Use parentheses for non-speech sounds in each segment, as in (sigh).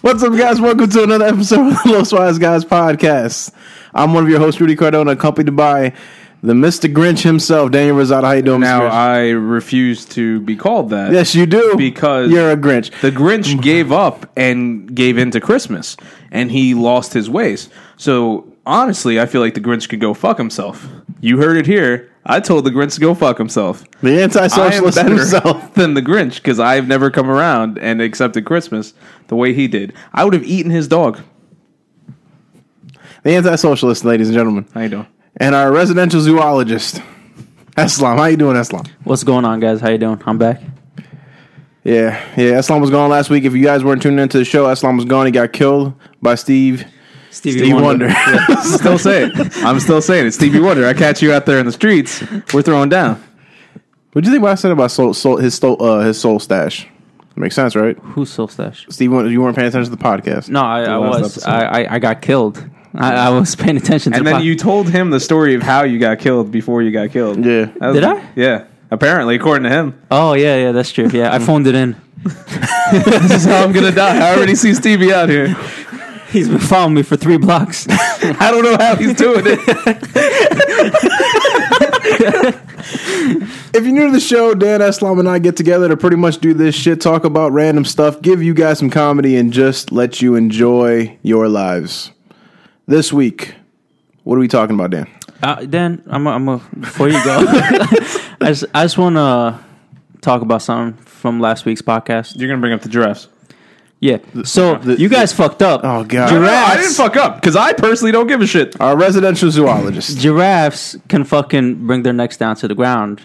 What's up, guys? Welcome to another episode of the Los Wise Guys podcast. I'm one of your hosts, Rudy Cardona, accompanied by the Mr. Grinch himself, Daniel Rosado. How you doing, Now Mr. Grinch? I refuse to be called that. yes, you do because you're a Grinch. The Grinch gave up and gave in to Christmas, and he lost his ways. So honestly, I feel like the Grinch could go fuck himself. You heard it here. I told the Grinch to go fuck himself. The I am anti-socialist better himself. (laughs) than the Grinch because I've never come around and accepted Christmas the way he did. I would have eaten his dog. The anti-socialist, ladies and gentlemen, How you (laughs) doing? and our residential zoologist, Eslam. How you doing, Eslam? What's going on, guys? How you doing? I'm back. Yeah, yeah. Eslam was gone last week. If you guys weren't tuning into the show, Eslam was gone. He got killed by Steve. Stevie, Steve Wonder. (laughs) Still saying, it. I'm still saying it. Stevie Wonder, I catch you out there in the streets. We're throwing down. what do you think? What I said about soul, soul, his soul, uh, his soul stash makes sense, right? Who's Soul Stash? Steve, you weren't- you weren't paying attention to the podcast. No, I, I last was. episode. I, I I got killed. I, I was (laughs) paying attention to. And the then pod- you told him the story of how you got killed before you got killed. Yeah. That was- Did I? Yeah. Apparently, according to him, Oh yeah, yeah, that's true. (laughs) Yeah, I phoned it in. (laughs) this is how I'm gonna die. (laughs) I already see Stevie out here. He's been following me for three (laughs) blocks. (laughs) I don't know how he's doing it. If you're new to the show, Dan Eslam and I get together to pretty much do this shit, talk about random stuff, give you guys some comedy, and just let you enjoy your lives. This week, what are we talking about, Dan? Uh, Dan, I'm. A, I'm. A, before you go, (laughs) I just, I just want to talk about something from last week's podcast. (laughs) You're gonna bring up the giraffes. Yeah. So the- you guys fucked up. Oh, God. No, Giraffes. I didn't fuck up because I personally don't give a shit. Our residential zoologist. (laughs) Giraffes can fucking bring their necks down to the ground.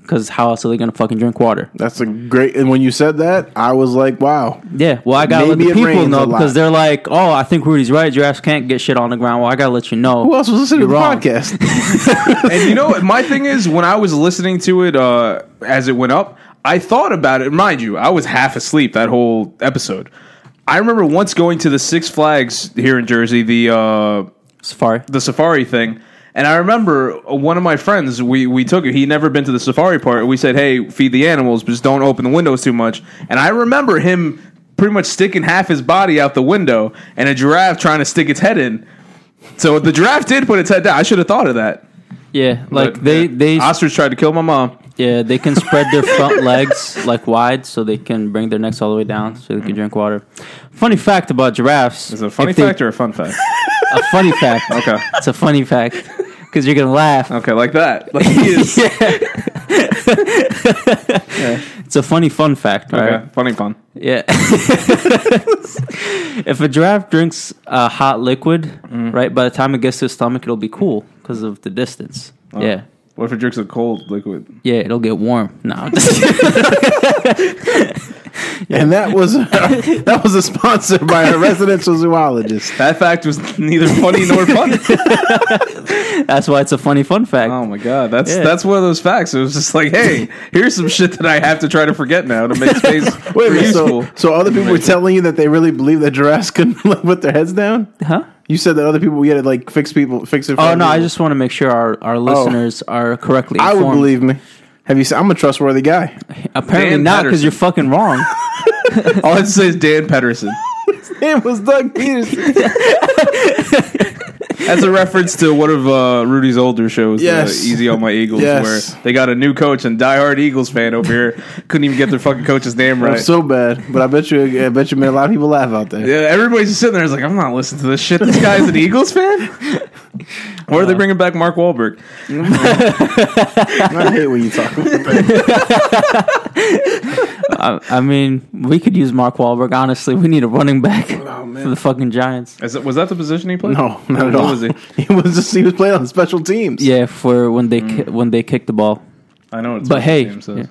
Because how else are they gonna fucking drink water? That's a great. And when you said that, I was like, wow. Yeah, well, I gotta let Maybe it the people rains a know lot. because they're like, "Oh, I think Rudy's right. Giraffes can't get shit on the ground." Well, I gotta let you know. Who else was listening to the You're wrong. podcast? (laughs) (laughs) And you know what? My thing is, when I was listening to it uh, as it went up, I thought about it. Mind you, I was half asleep that whole episode. I remember once going to the Six Flags here in Jersey, the uh, Safari. the safari thing. And I remember one of my friends, we, we took it. He'd never been to the safari part. We said, hey, feed the animals, but just don't open the windows too much. And I remember him pretty much sticking half his body out the window and a giraffe trying to stick its head in. So the giraffe did put its head down. I should have thought of that. Yeah, like But, they yeah. they Ostrich tried to kill my mom. yeah they can spread their front (laughs) legs like wide so they can bring their necks all the way down so they can drink water. Funny fact about giraffes Is it a funny if they- fact or a fun fact? a funny fact? (laughs) Okay. Oh. it's a funny fact because you're gonna laugh. Okay, like (laughs) that. Like he is. yeah. It's a funny fun fact, right? Okay, funny fun. Yeah. (laughs) if a giraffe drinks a hot liquid, right, by the time it gets to its stomach, it'll be cool because of the distance. Yeah. What if it drinks a cold liquid? Yeah, it'll get warm. No. (laughs) and that was (laughs) that was a sponsor by a residential zoologist. That fact was neither funny nor fun. (laughs) that's why it's a funny fun fact. Oh my god, that's Yeah. that's one of those facts. It was just like, hey, (laughs) here's some shit that I have to try to forget now to make space Wait a for minute. useful. So, so other people were telling you that they really believe that giraffes (laughs) couldn't live with their heads down. Huh? You said that other people we had to like fix people fix it. For Oh other no, I people. just want to make sure our, our listeners are correctly I informed. would believe me. Have you seen? I'm a trustworthy guy. (laughs) Apparently Dan not because Patterson. you're fucking wrong. All I have to say is Dan Pedersen. It was Doug Peterson. As a reference to one of uh, Rudy's older shows, Yes. uh, Easy on My Eagles, Yes. where they got a new coach and diehard Eagles fan over here couldn't even get their fucking coach's name right. I'm so bad, but I bet you, I bet you made a lot of people laugh out there. yeah, everybody's just sitting there. It's like I'm not listening to this shit. This guy's an Eagles (laughs) fan. Or are Uh-huh. they bringing back Mark Wahlberg? I hate when you talk. about that. I, I mean, we could use Mark Wahlberg. Honestly, we need a running back Oh, for the fucking Giants. Is it, was that the position he played? (laughs) No, not at What all. was he? (laughs) He was just he was playing on special teams. Mm. Yeah, for when they ki- when they kick the ball. I know. It's But what the hey, team says. yeah.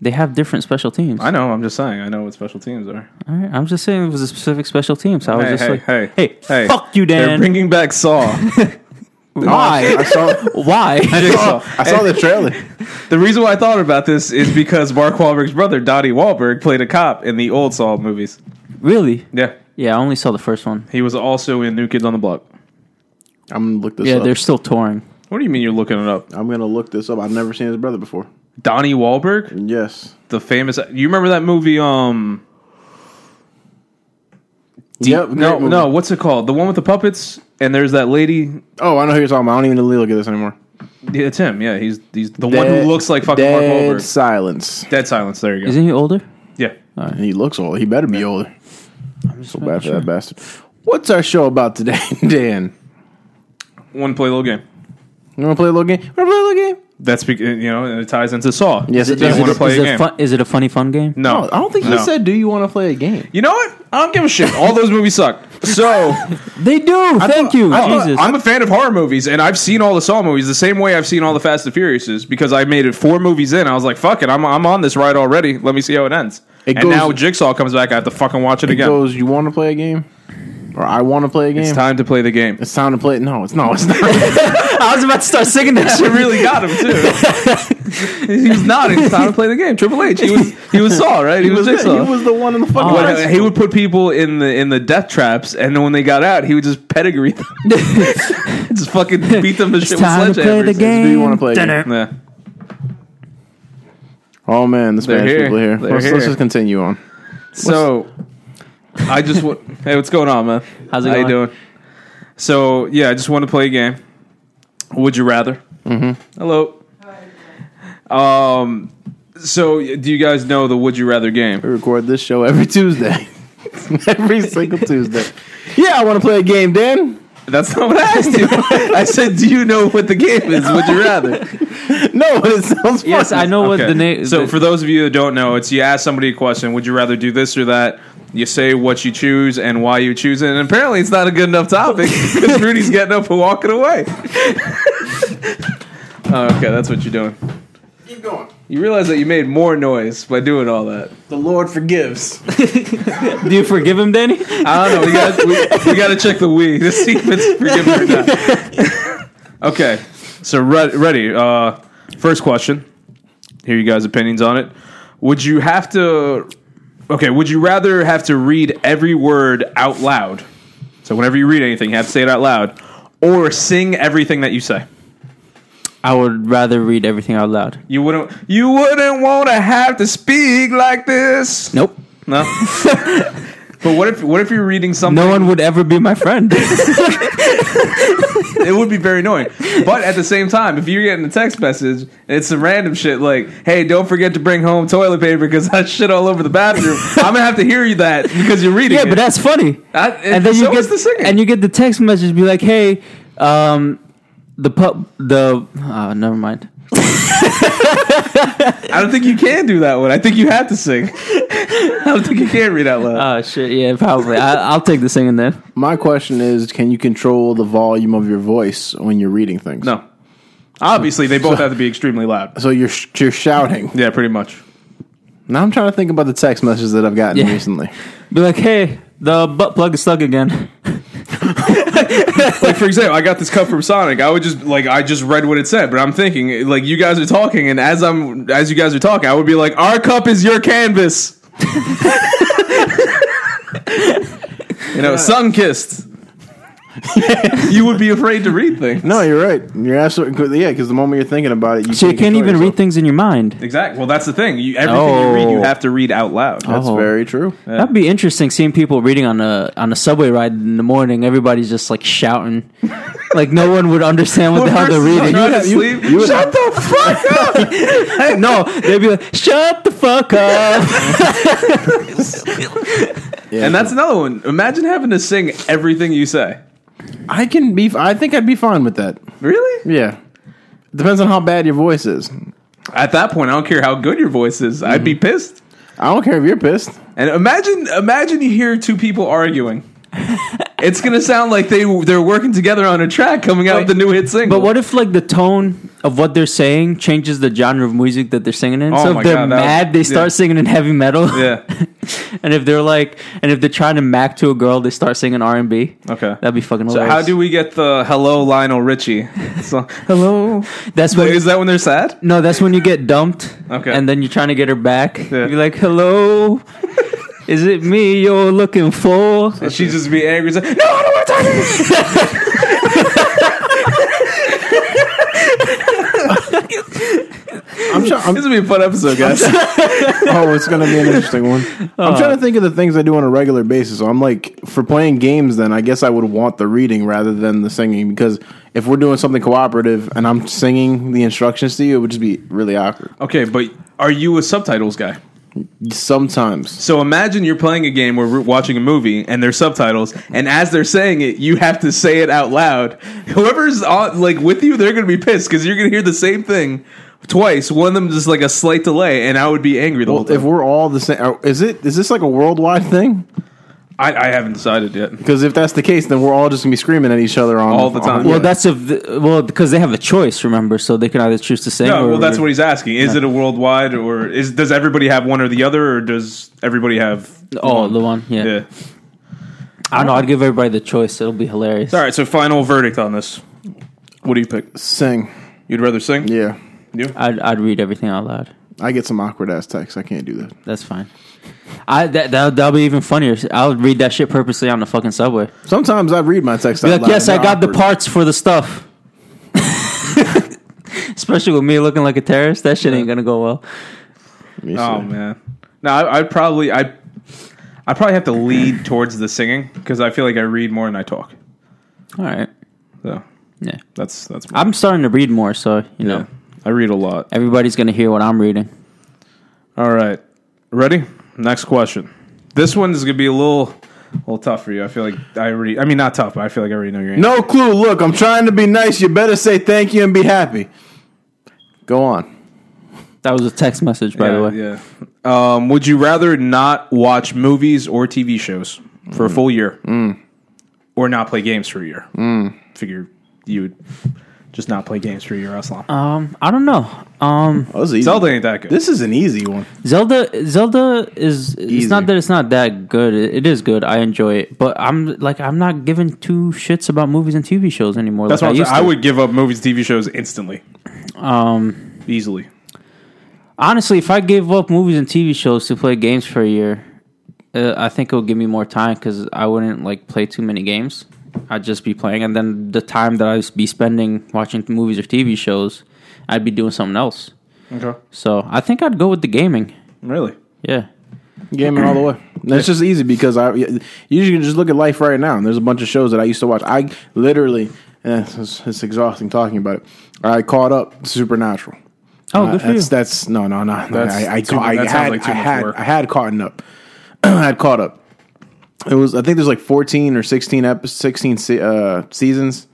They have different special teams. I know. I'm just saying. I know what special teams are. All right, I'm just saying it was a specific special team, so I was Hey, just hey, like, hey, hey. fuck you, They're Dan. (laughs) bringing back Saw. I Why? Oh, saw, (laughs) oh, Why? Jigsaw. I saw the (laughs) trailer. The reason why I thought about this is because Mark Wahlberg's brother, Dottie Wahlberg, played a cop in the old Saw movies. really? Yeah. Yeah, I only saw the first one. He was also in New Kids on the Block. I'm gonna look this Yeah, up. they're still touring. What do you mean you're looking it up? I'm gonna look this up. I've never seen his brother before. Donnie Wahlberg, Yes. the famous. You remember that movie? Um, yep. no, great movie. no. What's it called? The one with the puppets and there's that lady. Oh, I know who you're talking about. I don't even really look at this anymore. Yeah, it's him. Yeah, he's he's the one who looks like fucking Mark Dead Wahlberg. silence. Dead silence. There you go. Isn't he older? yeah. And he looks old. He better be older. I'm so bad for that bastard. What's our show about today, (laughs) Dan? One play little game. You want to play a little game? Want to play a little game? That's bec- you know, and it ties into Saw. Yes, it Do you does. want it- to play is a it game? fun- is it a funny fun game? no, Oh, I don't think he No. said. Do you want to play a game? You know what? I don't give a shit. All those movies suck. So (laughs) They do. Thank thought- you. I thought- Jesus. I'm a fan of horror movies, and I've seen all the Saw movies the same way I've seen all the Fast and Furiouses because I made it four movies in. I was like, fuck it, I'm, I'm on this ride already. Let me see how it ends. It and goes- now Jigsaw comes back. I have to fucking watch it He again. goes. You want to play a game? Or I want to play a game. it's time to play (laughs) the game. (laughs) It's time to play. No, it's no, it's not. (laughs) I was about to start singing that It really got him too. he was nodding. It's time to play the game. Triple H. He was he was Saw right. He, was, it. Jigsaw. He was the one in the fucking. But, uh, press. he would put people in the in the death traps, and then when they got out, he would just (laughs) pedigree them, just fucking beat them to shit (laughs) with time to play the sledgehammers. game. Do you want to play? A game? Dunno. Yeah. Oh man, this They're bad here. people here. They're Let's, let's here. just continue on. So, I just want. (laughs) hey, what's going on, man? How's it How you going? doing? So, yeah, I just want to play a game. Would you rather? Mm-hmm. Hello. Um. So, do you guys know the Would You Rather game? We record this show every Tuesday, (laughs) every single Tuesday. Yeah, I want to play a game, Dan. That's not what I asked you. (laughs) I said, do you know what the game is? Would you rather? (laughs) No, but it sounds. Fun. Yes, I know what Okay. the name. So, the- for those of you that don't know, it's you ask somebody a question: Would you rather do this or that? You say what you choose and why you choose it. And apparently, it's not a good (laughs) enough topic because Rudy's getting up and walking away. oh, okay, that's what you're doing. Keep going. You realize that you made more noise by doing all that. The Lord forgives. do you forgive him, Danny? I don't know. Oh, We got we, we got to check the we to see if it's forgiven or not. okay, so re- ready. Uh, first question. Hear you guys' opinions on it. Would you have to? Okay. Would you rather have to read every word out loud? So whenever you read anything, you have to say it out loud, or sing everything that you say. I would rather read everything out loud. You wouldn't. You wouldn't want to have to speak like this. Nope. No. (laughs) but what if what if you're reading something? No one would ever be my friend. it would be very annoying. But at the same time, if you're getting a text message and it's some random shit like, "Hey, don't forget to bring home toilet paper because I shit all over the bathroom," (laughs) I'm gonna have to hear you that because you're (laughs) reading. yeah, it. but that's funny. I- and then you so is get the singing. and you get the text message be like, "Hey, um, the pub, the uh, never mind." I don't think you can do that one. I think you have to sing. I don't think you can read out loud. Oh shit! Yeah, probably. I, I'll take the singing then. My question is, can you control the volume of your voice when you're reading things? no, obviously they both have to be extremely uh, loud. So you're sh- you're shouting. Yeah, pretty much. Now I'm trying to think about the text messages that I've gotten Yeah. recently. Be like, "Hey, the butt plug is stuck (laughs) again." Like for example, I got this cup from Sonic. I would just like I just read what it said, but I'm thinking like you guys are talking, and as I'm as you guys are talking, I would be like, "Our cup is your canvas." you know, sun kissed. you would be afraid to read things. No, you're right. You're absolutely yeah. Because the moment you're thinking about it, you So you can't control even yourself. read things in your mind. exactly. Well, that's the thing. You, everything you read, you Oh. have to read out loud. Oh. That's very true. That'd be interesting seeing people reading on a on a subway ride in the morning. Everybody's just like (laughs) shouting, like no one would understand what the hell they're reading. You have- you- you would- Shut the fuck up. no, (laughs) they'd be like, "Shut the fuck up." Yeah, And that's another one. Imagine having to sing everything you say. I can be. I think I'd be fine with that. Really? Yeah. Depends on how bad your voice is. At that point, I don't care how good your voice is. I'd be pissed. I don't care if you're pissed. And imagine, imagine you hear two people arguing. it's gonna sound like they they're working together on a track coming out with a new hit single. But what if like the tone of what they're saying changes the genre of music that they're singing in? Oh so my if they're God, that would- mad, they start yeah. singing in heavy metal. Yeah. (laughs) and if they're like, and if they're trying to mac to a girl, they start singing R and B. Okay. that'd be fucking. So Hilarious. how do we get the hello Lionel Richie? So, hello. That's So when. is that when they're sad? no, that's when you get dumped. Okay. And then you're trying to get her back. Yeah. You're like, (laughs) hello. Is it me you're looking for? And she just be angry. She's like, no, I don't want to talk to you. I'm try- I'm- This will be a fun episode, guys. oh, it's gonna be an interesting one. I'm Uh. trying to think of the things I do on a regular basis. So I'm like, for playing games, then I guess I would want the reading rather than the singing because if we're doing something cooperative and I'm singing the instructions to you, it would just be really awkward. okay, but are you a subtitles guy? Sometimes, So imagine you're playing a game where we're watching a movie and there's subtitles, and as they're saying it, you have to say it out loud. Whoever's on, like with you, they're gonna be pissed because you're gonna hear the same thing twice. One of them just like a slight delay, and I would be angry the whole well, if time. we're all the same, are- is it is this like a worldwide thing? I, I haven't decided yet. Because if that's the case, then we're all just gonna be screaming at each other on All the time. on- Well, Yeah. that's if the, well because they have a choice, remember, so they can either choose to sing. No, or well, that's what he's asking. Is it a worldwide, or is does everybody have one or the other, or does everybody have? Oh, the one, yeah. Yeah. I don't know. I'd give everybody the choice. It'll be hilarious. All right. So, final verdict on this. What do you pick? sing. You'd rather sing? Yeah, I'd, I'd read everything out loud. I get some awkward ass texts. I can't do that. That's fine. I that that that'll be even funnier. I'll read that shit purposely on the fucking subway. Sometimes I read my text. Be out like, loud. yes, I They're got the awkward. parts for the stuff. (laughs) Especially with me looking like a terrorist, that shit ain't gonna go well. Me Oh too. man. No, I, I'd probably I. I probably have to lead towards the singing because I feel like I read more than I talk. All right, So yeah. that's that's. I'm starting to read more, so you know yeah. I read a lot. everybody's gonna hear what I'm reading. All right, ready? Next question. This one's gonna be a little, a little tough for you. I feel like I already. I mean, not tough, but I feel like I already know your answer. No clue. Look, I'm trying to be nice. You better say thank you and be happy. Go on. That was a text message, by the way. Yeah. yeah. Um, would you rather not watch movies or TV shows for a full year, or not play games for a year? Figure you would just not play games for a year, Aslam. Um, I don't know. Um, Oh, this, is easy. Zelda ain't that good. this is an easy one. Zelda Zelda is it's not that it's not that good. It it is good. I enjoy it, but I'm like I'm not giving two shits about movies and TV shows anymore. That's like what I'm used saying. I to. would give up movies, TV shows instantly, Um, easily. honestly, if I gave up movies and TV shows to play games for a year, uh, I think it would give me more time because I wouldn't like play too many games. I'd just be playing, and then the time that I'd be spending watching movies or TV shows, I'd be doing something else. Okay. So I think I'd go with the gaming. Really? Yeah. Gaming all the (clears throat) way. And it's just easy because I you usually can just look at life right now. And there's a bunch of shows that I used to watch. I literally, eh, it's, it's exhausting talking about it. I caught up Supernatural. Oh, Uh, good for that's, you. That's no, no, no. no That's I, I, too- ca- I that sounds had, like too I much had, work. I had caught up. (clears throat) I had caught up. It was, I think there's like 14 or 16 episodes, 16 se- uh, seasons,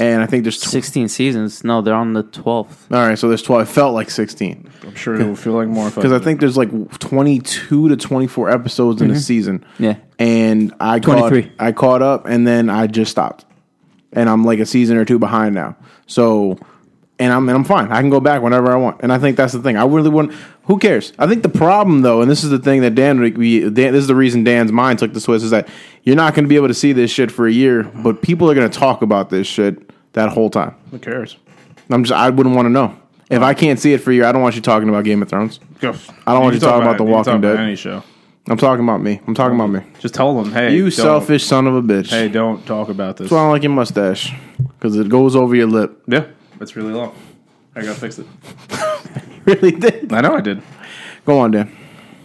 and I think there's. Tw- Sixteen seasons. No, they're on the twelfth. all right, so there's 12. It felt like 16 I'm sure it will feel like more because I think there's like 22 to 24 episodes in a season. Yeah. and I 23. caught, I caught up, and then I just stopped, and I'm like a season or two behind now. So, and I'm and I'm fine. I can go back whenever I want, and I think that's the thing. I really want. Who cares? I think the problem though, and this is the thing that Dan, we, Dan this is the reason Dan's mind took this way is that you're not going to be able to see this shit for a year, but people are going to talk about this shit that whole time. Who cares? I'm just, I wouldn't want to know. If I can't see it for a year, I don't want you talking about Game of Thrones. Go. I don't want you to can talk about The it. You can Walking talk about Dead. Any show. I'm talking about me. I'm talking about me. Just tell them, hey, You don't- selfish son of a bitch. Hey, don't talk about this. That's why I don't like your mustache because it goes over your lip. (laughs) yeah, it's really long. I gotta fix it. really did. I know I did. Go on, Dan.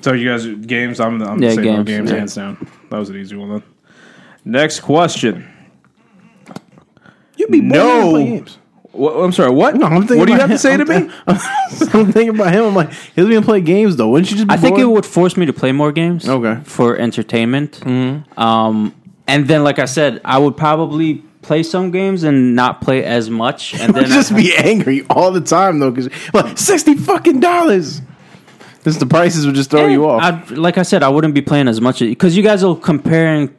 So you guys games. I'm, I'm Yeah, the same games, games, games yeah. hands down. That was an easy one. Then. Next question. You be No. What, I'm sorry. What? No, I'm thinking. what do you have about to say to him. me? I'm, (laughs) I'm thinking about him. I'm like, he's been playing games though. Wouldn't you just? Be I think it bored? would force me to play more games. Okay. For entertainment. Um, and then, like I said, I would probably play some games and not play as much. (laughs) And then just I, be angry all the time though because like sixty fucking dollars. This Oh, the prices would just throw you off. I'd- like I said, I wouldn't be playing as much because you guys are comparing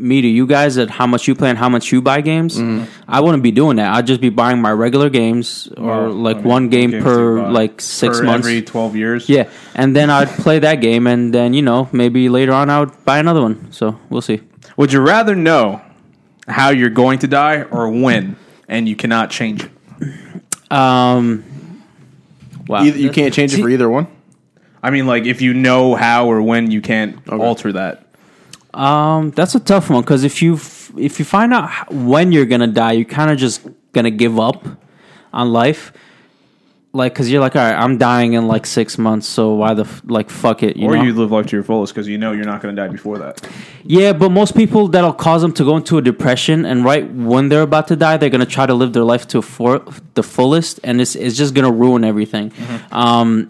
me to you guys at how much you play and how much you buy games, Mm-hmm. I wouldn't be doing that. I'd just be buying my regular games or Well, like I mean, one game games you per buy like six per months. every twelve years. yeah, and then I'd play that game, and then you know maybe later on I would buy another one. So we'll see. Would you rather know how you're going to die or when, and you cannot change it? Um, wow, Either, you can't change it for either one. I mean, like if you know how or when, you can't alter that. Um, that's a tough one because if you f- if you find out h- when you're gonna die, you're kind of just gonna give up on life. Like, cause you're like, all right, I'm dying in like six months, so why the f- like fuck it, you Or know? you live life to your fullest because you know you're not going to die before that. yeah, but most people that'll cause them to go into a depression, and right when they're about to die, they're gonna try to live their life to for- the fullest, and it's it's just gonna ruin everything. Um,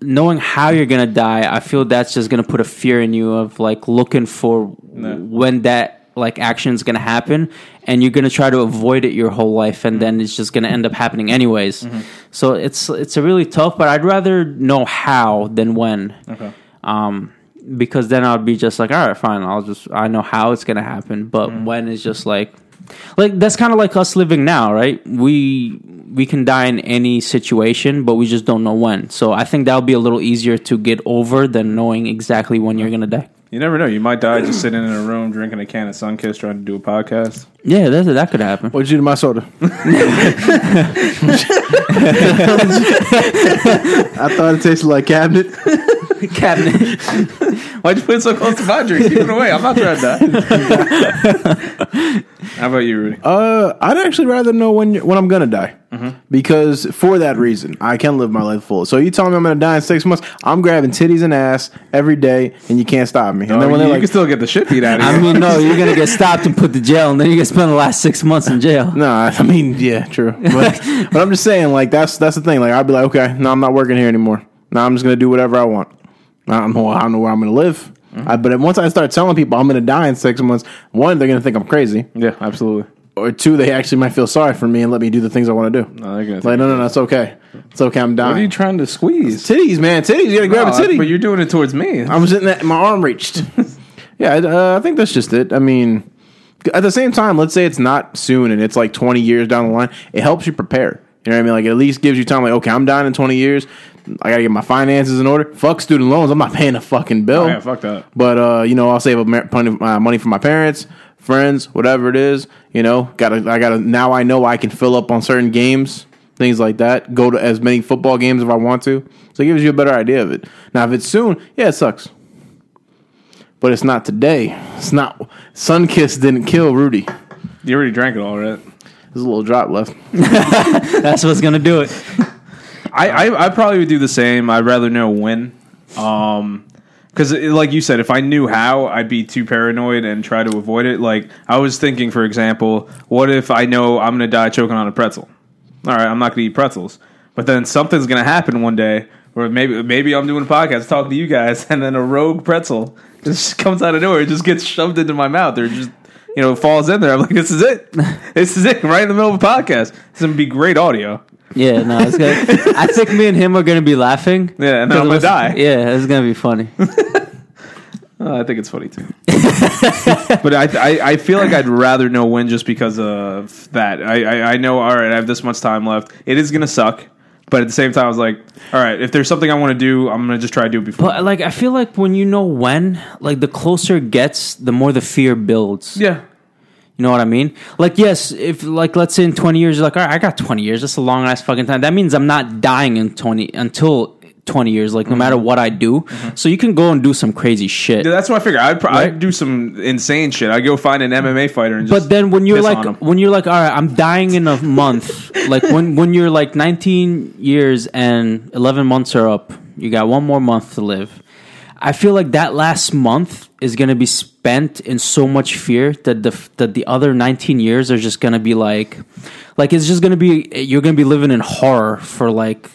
knowing how you're gonna die, I feel that's just gonna put a fear in you of like looking for No. when that like action's gonna happen, and you're gonna try to avoid it your whole life, and then it's just gonna end up happening anyways. So it's it's a really tough, but I'd rather know how than when. Okay. Um, because then I'd be just like, all right, fine, I'll just I know how it's gonna happen, but when is just like, like that's kind of like us living now, right? We we can die in any situation, but we just don't know when. So I think that'll be a little easier to get over than knowing exactly when you're gonna die. You never know. You might die just sitting in a room drinking a can of Sunkist trying to do a podcast. Yeah, that that could happen. What'd you do to my soda? I thought it tasted like cabinet. (laughs) Cabinet. Why'd you put it so close to my drink? Keep it away. I'm not trying (laughs) to die. How about you, Rudy? Uh, I'd actually rather know when you- when I'm gonna die, because for that reason, I can live my life full. So you tell me I'm gonna die in six months, I'm grabbing titties and ass every day, and you can't stop me. And then when Oh, you they're can like, still get the shit beat out of you. I mean, no, you're gonna get stopped and put to jail, and then you're gonna spend the last six months in jail. (laughs) No, (laughs) I I mean, yeah, (laughs) true. But, but I'm just saying, like that's that's the thing. Like I'd be like, okay, no, I'm not working here anymore. Now I'm just gonna do whatever I want. I don't know. I don't know where I'm gonna live. Mm-hmm. I, but once I start telling people I'm gonna die in six months, one, they're gonna think I'm crazy, yeah, absolutely. or two, they actually might feel sorry for me and let me do the things I want to do. No, they're gonna like, no, no, no, it's okay. It's okay. I'm dying. What are you trying to squeeze? titties, man, titties. You gotta grab Oh, a titty. But you're doing it towards me. I'm sitting that my arm (laughs) reached. yeah, I- uh, I think that's just it. I mean, at the same time, let's say it's not soon and it's like 20 years down the line. It helps you prepare. You know what I mean? Like at least gives you time. Like okay, I'm dying in 20 years. I gotta get my finances in order. Fuck student loans. I'm not (laughs) paying a fucking bill. Oh, yeah, fuck that. But uh, you know, I'll save up mer- plenty of, uh, money for my parents, friends, whatever it is. You know, gotta I gotta now I know I can fill up on certain games, things like that. Go to as many football games if I want to. So it gives you a better idea of it. Now, if it's soon, yeah, it sucks. But it's not today. It's not. Sunkiss didn't kill Rudy. You already drank it all, right? There's a little drop left. That's what's gonna do it. I, I, I probably would do the same. I'd rather know when. Um, because like you said, if I knew how, I'd be too paranoid and try to avoid it. Like I was thinking, for example, what if I know I'm gonna die choking on a pretzel? All right, I'm not gonna eat pretzels, but then something's gonna happen one day, or maybe maybe I'm doing a podcast talking to you guys, (laughs) and then a rogue pretzel just (laughs) comes out of nowhere, it just gets shoved into my mouth, or just you know falls in there. I'm like, this is it, this is it, right in the middle of a podcast. This is gonna be great audio. Yeah, no, it's good. (laughs) I think me and him are gonna be laughing. Yeah, 'Cause and then I'm it gonna was- die. Yeah, it's gonna be funny. Uh, I think it's funny too. (laughs) but I, I I feel like I'd rather know when just because of that. I, I, I know, all right, I have this much time left. It is going to suck. But at the same time, I was like, all right, if there's something I want to do, I'm going to just try to do it before. But like, I feel like when you know when, like, the closer it gets, the more the fear builds. yeah. You know what I mean? Like, yes, if like let's say in twenty years, you're like, all right, I got twenty years. That's a long ass fucking time. That means I'm not dying in twenty until twenty years. Like, no matter what I do, so you can go and do some crazy shit. Yeah, That's what I figure. I'd, pro- Right. I'd do some insane shit. I'd go find an MMA fighter and just. But then when you're piss on 'em. like when you're like all right, I'm dying in a month. (laughs) like when when you're like 19 years and 11 months are up, you got one more month to live. I feel like that last month is going to be spent in so much fear that the that the other 19 years are just going to be like like it's just going to be you're going to be living in horror for like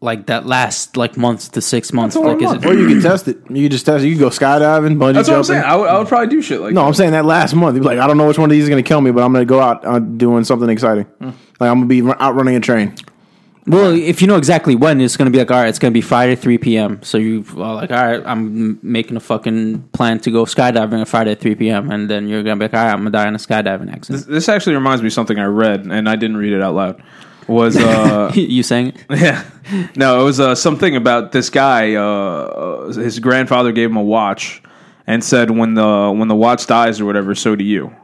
like that last like months to 6 months a long like month. or you can test it. You can just test it. You can go skydiving, bungee That's what I'm jumping. saying. I would, I would probably do shit like No, I'm saying that last month. He'd be like, I don't know which one Hmm. of these is going to kill me, but I'm going to go out uh, doing something exciting. Like I'm going to be run- out running a train. Well, if you know exactly when, it's going to be like, all right, it's going to be Friday, 3 p.m. So you are like, all right, I'm making a fucking plan to go skydiving on Friday at 3 p.m. And then you're going to be like, all right, I'm going to die in a skydiving accident. This actually reminds me of something I read, and I didn't read it out loud. (laughs) Was uh, you saying it? Yeah. No, it was uh, something about this guy. Uh, uh, his grandfather gave him a watch and said, "When the when the watch dies or whatever, so do you."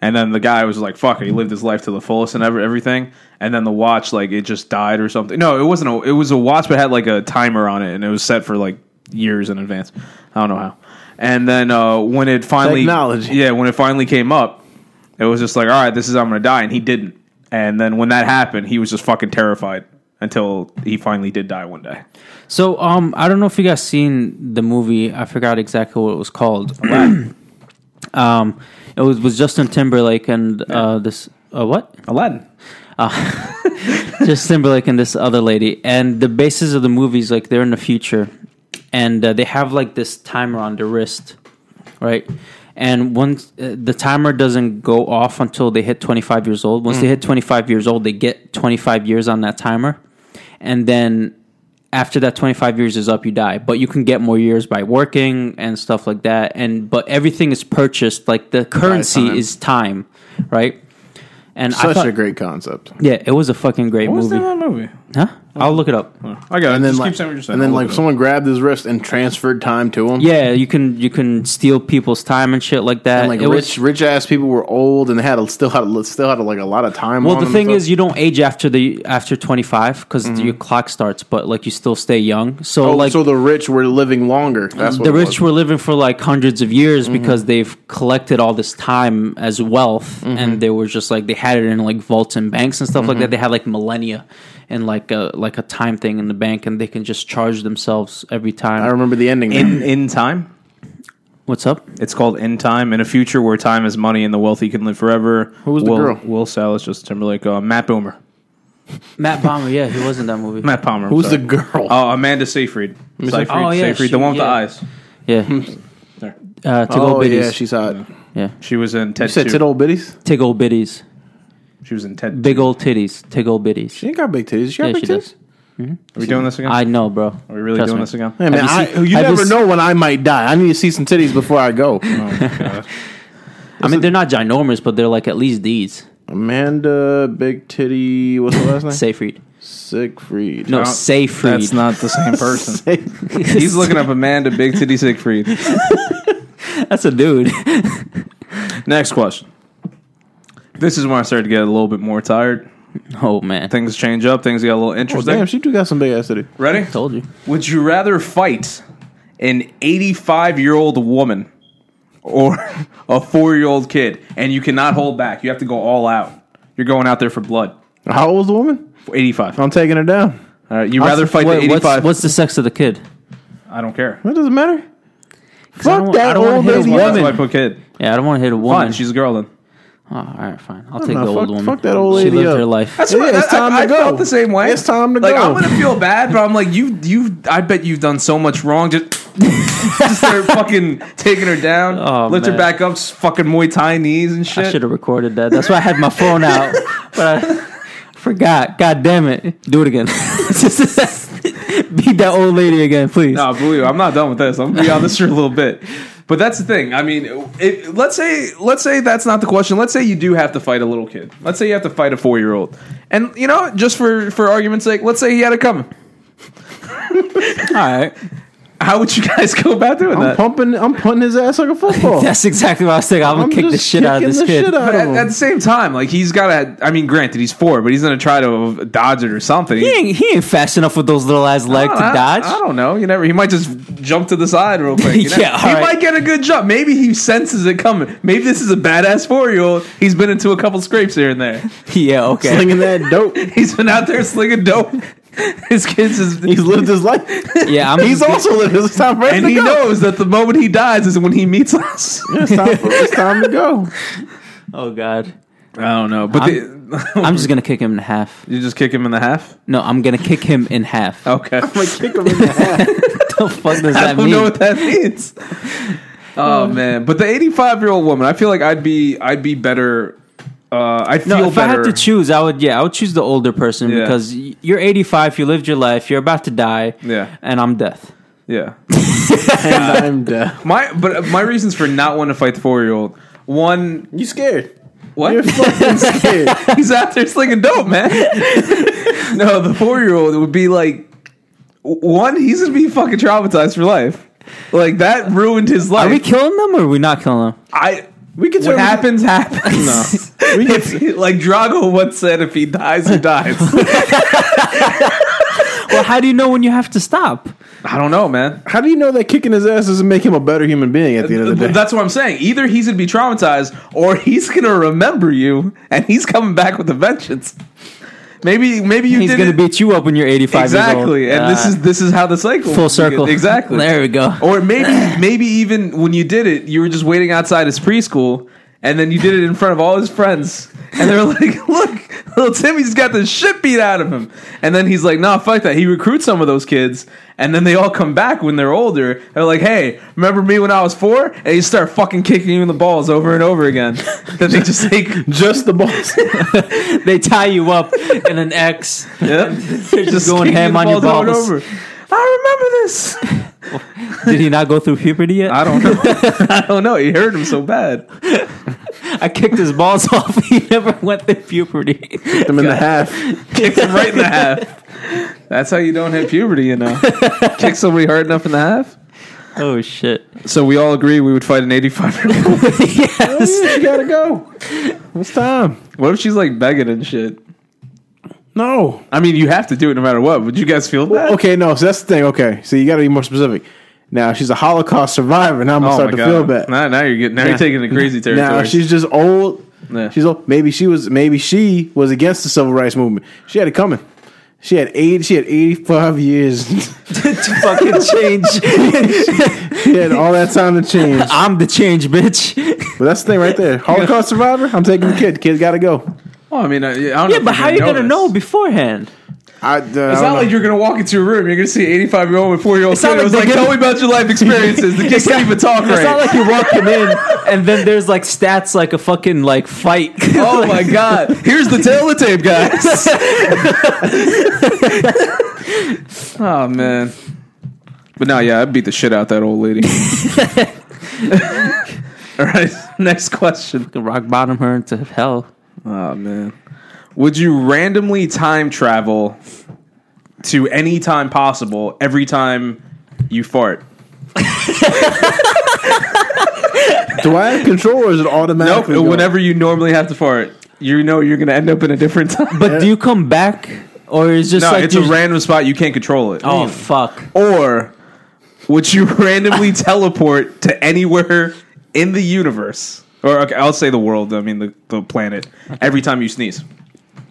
And then the guy was like, "Fuck!" it, He lived his life to the fullest and ever, everything. And then the watch, like, it just died or something. No, it wasn't. A, it was a watch, but it had like a timer on it, and it was set for like years in advance. I don't know how. And then uh, when it finally, Technology. yeah, when it finally came up, it was just like, all right, this is how I'm gonna die, and he didn't. And then when that happened, he was just fucking terrified until he finally did die one day. So, um, I don't know if you guys seen the movie. I forgot exactly what it was called. (clears throat) um, it was, was Justin Timberlake and uh, this, uh, what? Aladdin. just Timberlake and this other lady, and the basis of the movie is like they're in the future, and uh, they have like this timer on their wrist, right? And once uh, the timer doesn't go off until they hit 25 years old. Once they hit 25 years old, they get 25 years on that timer, and then after that 25 years is up, you die. But you can get more years by working and stuff like that. And but everything is purchased like the currency time. is time, right? And I Such thought, a great concept. yeah, it was a fucking great What was movie. the name of that movie? Huh? I'll look it up. I got it. And then just like, keep saying what you're saying. and then I'll like look it up. someone grabbed his wrist and transferred time to him. Yeah, you can you can steal people's time and shit like that. And like It was- rich, rich ass people were old and they had a, still had a, still had like a lot of time. well, on the them thing and is, stuff. you don't age after the after twenty five because your clock starts, but like you still stay young. So Mm-hmm. oh, like Mm-hmm. so the rich were living longer. That's what the it rich was. Mm-hmm. were living for like hundreds of years because they've collected all this time as wealth Mm-hmm. and they were just like they had it in like vaults and banks and stuff like Mm-hmm. that they had like millennia and like a like a time thing in the bank and they can just charge themselves every time I remember the ending. in in time. what's (laughs) up It's called In Time. In a future where time is money and the wealthy can live forever. Who was the Will, girl? Will Salas, Justin Timberlake, uh, Matt Boomer, matt bomber yeah he was in that movie Matt Palmer. I'm Who's sorry. the girl? Oh, Amanda Seyfried. Seyfried, Oh, yeah, Seyfried, she- the one with the yeah. eyes. yeah Hmm. Sorry. uh, to oh go biddies yeah, she's hot. yeah She was in Ted. You said 2. tit old bitties. Tig old bitties. She was in Ted. Big old titties. Tig old bitties. She ain't got big titties. She got Yeah, she big titties. does. Are we doing this again? I know, bro. Are we really Trust doing me. this again? Hey, man, Have you I, seen- you have you never seen- know when I might die. I need to see some titties before I go. Oh, (laughs) I mean, they're not ginormous, but they're like at least these. Amanda, big titty. What's her last name? Seyfried. Siegfried. No, Seyfried. (laughs) That's not (laughs) the same person. Siegfried. He's looking up Amanda Big Titty Siegfried. That's a dude. (laughs) Next question. This is when I started to get a little bit more tired. oh man, Things change up. Things get a little Oh, interesting. damn, she do got some big ass titty. Ready? told you. Would you rather fight an 85 year old woman or (laughs) a four year old kid? And you cannot hold back. You have to go all out. You're going out there for blood. How old was the woman? 85. All I'm taking her down. right. You rather fight Wait, the what's, 85. what's the sex of the kid? I don't care. That doesn't matter. I don't Fuck wa- I that don't wanna old hit a lady woman. That's woman. why I put kid. Yeah, I don't want to hit a woman. Fine. She's a girl then. oh, all right, fine. I'll take no, the fuck- old woman. fuck that old She lady lived up. her life. That's Yeah, what it's I, time I, to I go. felt the same way. It's time to like, go. I'm gonna feel bad, but I'm like, you, you. I bet you've done so much wrong. Just, (laughs) just start fucking taking her down, Oh, lift her man. back up, s- fucking Muay Thai knees and I shit. should have recorded that. That's why I had my phone (laughs) out, but I forgot. God damn it! Do it again. (laughs) Beat that old lady again, please. No, believe it, I'm not done with this. I'm gonna be on this for a little bit. But that's the thing. I mean, it, let's say let's say that's not the question. Let's say you do have to fight a little kid. Let's say you have to fight a four year old. And you know, just for for argument's sake, let's say he had it coming. All right. How would you (laughs) guys go about doing I'm that? pumping. I'm punting his ass like a football. (laughs) That's exactly what I was thinking. I'm, I'm gonna kick the just shit out of kicking this the kid. shit out But of at, him. at the same time, like he's got to. I mean, granted, he's four, but he's gonna try to dodge it or something. He ain't, he ain't fast enough with those little ass legs to I, dodge. I don't know. You never. He might just jump to the side real (laughs) quick. you know? Yeah, all he right. might get a good jump. Maybe he senses it coming. Maybe this is a badass four year old. He's been into a couple scrapes here and there. yeah, okay. Slinging that dope. He's been out there slinging dope. (laughs) His kids is He's lived his life. (laughs) yeah, I'm He's just- also lived his time. and he knows that the moment he dies is when he meets (laughs) us. It's time, for, it's time to (laughs) go. Oh god, I don't know, but the, I'm just gonna kick him in half. (laughs) you just kick him in the half. No, I'm gonna kick him in half. What (laughs) Okay, I'm like, kick him in the ass. (laughs) the fuck does I that don't mean? know what that (laughs) means. Oh man, but the 85 year old woman, I feel like I'd be I'd be better uh, I'd feel No, if better. I had to choose, I would. Yeah, I would choose the older person Yeah. because y- you're 85. You lived your life. You're about to die. Yeah. and I'm death. yeah. and I'm deaf. My but my reasons for not wanting to fight the four year old. One, You scared? what? You're fucking scared. (laughs) He's out there slinging dope, (laughs) man. no, the four year old would be like, one, he's gonna be fucking traumatized for life. Like that ruined his Are we life. killing them or are we not killing them? I. We could What turn- happens, happens. (laughs) We could- If he- like Drago once said, if he dies, he dies. (laughs) Well, how do you know when you have to stop? (laughs) I don't know, man. How do you know that kicking his ass doesn't make him a better human being at the end of the day? That's what I'm saying. Either he's gonna be traumatized, or he's gonna remember you, and he's coming back with a vengeance. Maybe, maybe you He's did gonna it- beat you up when you're 85. exactly, years old. and this Ah, is this is how the cycle full circle. exactly. (laughs) There we go. Or maybe (laughs) maybe even when you did it, you were just waiting outside his preschool, and then you did it in front of all his friends, and they're (laughs) like, "Look, little Timmy's got the shit beat out of him," and then he's like, "Nah, fuck that." He recruits some of those kids, and then they all come back when they're older. They're like, "Hey, remember me when I was four? And you start fucking kicking you in the balls over and over again. (laughs) then they just take, Just the balls. they tie you up in an X. (laughs) yep, they're just going kicking ham the on your over and balls. over. I remember this. Did he not go through puberty yet? I don't know. (laughs) I don't know. He hurt him so bad. (laughs) I kicked his balls (laughs) off. He never went through puberty. Kicked him in the half. (laughs) Kicked him right in the half. That's how you don't hit puberty, you (laughs) know. Kick somebody hard enough in the half. (laughs) Oh shit! So we all agree we would fight an 85 year old. yes. You gotta go. It's time. (laughs) What if she's like begging and shit? No. I mean, you have to do it no matter what. Would you guys feel bad? Okay, no. So that's the thing. Okay, so you got to be more specific. Now she's a Holocaust survivor. Now I'm gonna Oh start my to god. feel bad. Now, now you're getting. Now you're taking the crazy territory. Now she's just old. Yeah. She's old. Maybe she was. Maybe she was against the civil rights movement. She had it coming. She had eight. She had eighty five years. (laughs) to fucking change. she had all that time to change. I'm the change, bitch. But that's the thing right there. Holocaust survivor. I'm taking the kid. Kid got to go. Well, I mean, I, I don't Yeah, but how you gonna know beforehand? I, uh, It's not like you're gonna walk into a room. You're gonna see an 85 year old with four year old It's not like kid. It was they like, give- tell me about your (laughs) life experiences. The kid can't even talk It's right. not like you're walking in and then there's like stats like a fucking like fight. oh (laughs) my god! Here's the tail of the tape, guys. (laughs) oh man. But no, yeah, I beat the shit out that old lady. (laughs) All right, next question. Rock bottom her into hell. Oh man, would you randomly time travel to any time possible every time you fart? Do I have control or is it automatically? Nope. going? Whenever you normally have to fart, you know you're gonna end up in a different (laughs) time. But do you come back or is just no, like it's you a random spot. You can't control it. Oh fuck! or would you (laughs) randomly teleport to anywhere in the universe? Or okay, I'll say the world. I mean the, the planet. Every time you sneeze,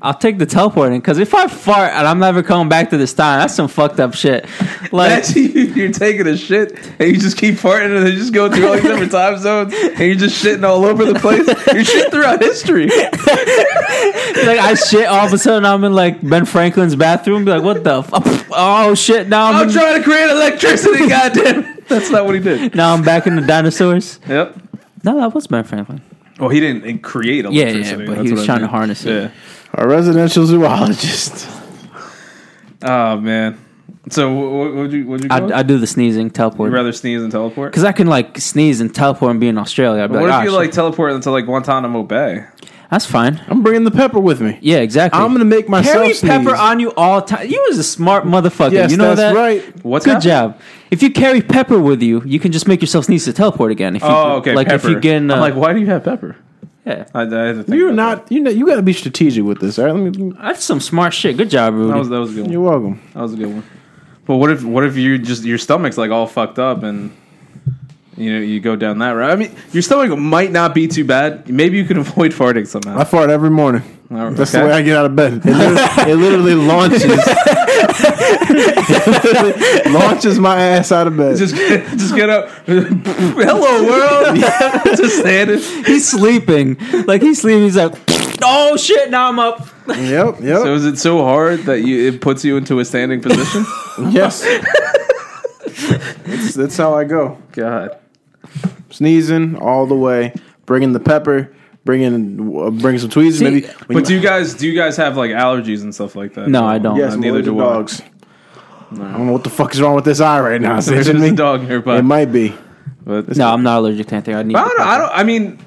I'll take the teleporting because if I fart and I'm never coming back to this time, that's some fucked up shit. Like (laughs) Imagine you, you're taking a shit and you just keep farting and they just go through all these different time zones and you're just shitting all over the place. You're shitting throughout (laughs) history. like I shit all of a sudden I'm in like Ben Franklin's bathroom. Be like, what the? F- oh shit! Now I'm I'm in- trying to create electricity. Goddamn, that's not what he did. now I'm back in the dinosaurs. Yep. (laughs) No, that was Ben Franklin. Well, he didn't create Yeah, electricity. yeah, but That's he what was I trying to mean. harness it. Yeah. a residential zoologist. Oh man. So what would you would you? I go with? I do the sneezing You'd teleport rather sneeze and teleport? because I can like sneeze and teleport and be in Australia. I'd be What like, if you "Ah, like shit, teleport into like Guantanamo Bay? that's fine. (laughs) I'm bringing the pepper with me. Yeah, exactly. I'm gonna make myself Harry sneeze. Pepper on you all time. You was a smart motherfucker. Yes, you know that's that. right. What's Good happening? job. If you carry Pepper with you, you can just make yourself sneeze to teleport again. If you, Oh, okay. Like pepper. if you get, in, uh, I'm like, why do you have pepper? yeah, I, I had to think You're about not. You know. You got to be strategic with this. All right. Let me- let me- that's some smart shit. Good job, That. Rudy. that was that was a good. One. you're welcome. That was a good one. But what if what if you just your stomach's like all fucked up and you know you go down that route? I mean, your stomach might not be too bad. Maybe you can (laughs) avoid farting somehow. I fart every morning. All right, That's okay. the way I get out of bed. It literally, it literally launches. It literally (laughs) launches my ass out of bed. (laughs) just get, just get up. (laughs) (laughs) Hello world. (laughs) just standing. (laughs) he's sleeping. Like he's sleeping. He's like, oh shit! Now I'm up. yep. Yep. So is it so hard that you it puts you into a standing position? yes. It's- that's how I go. God. Sneezing all the way. Bringing the pepper. Bring in, uh, bring some tweezers. See, maybe. But (laughs) do you guys do you guys have like allergies and stuff like that? No, I don't. yes, neither neither do I. dogs. I don't know what the fuck is wrong with this eye right now. Is it (laughs) There's itching a me? dog nearby. It might be. but No, I'm not allergic to anything. I need. I don't. I don't. I mean,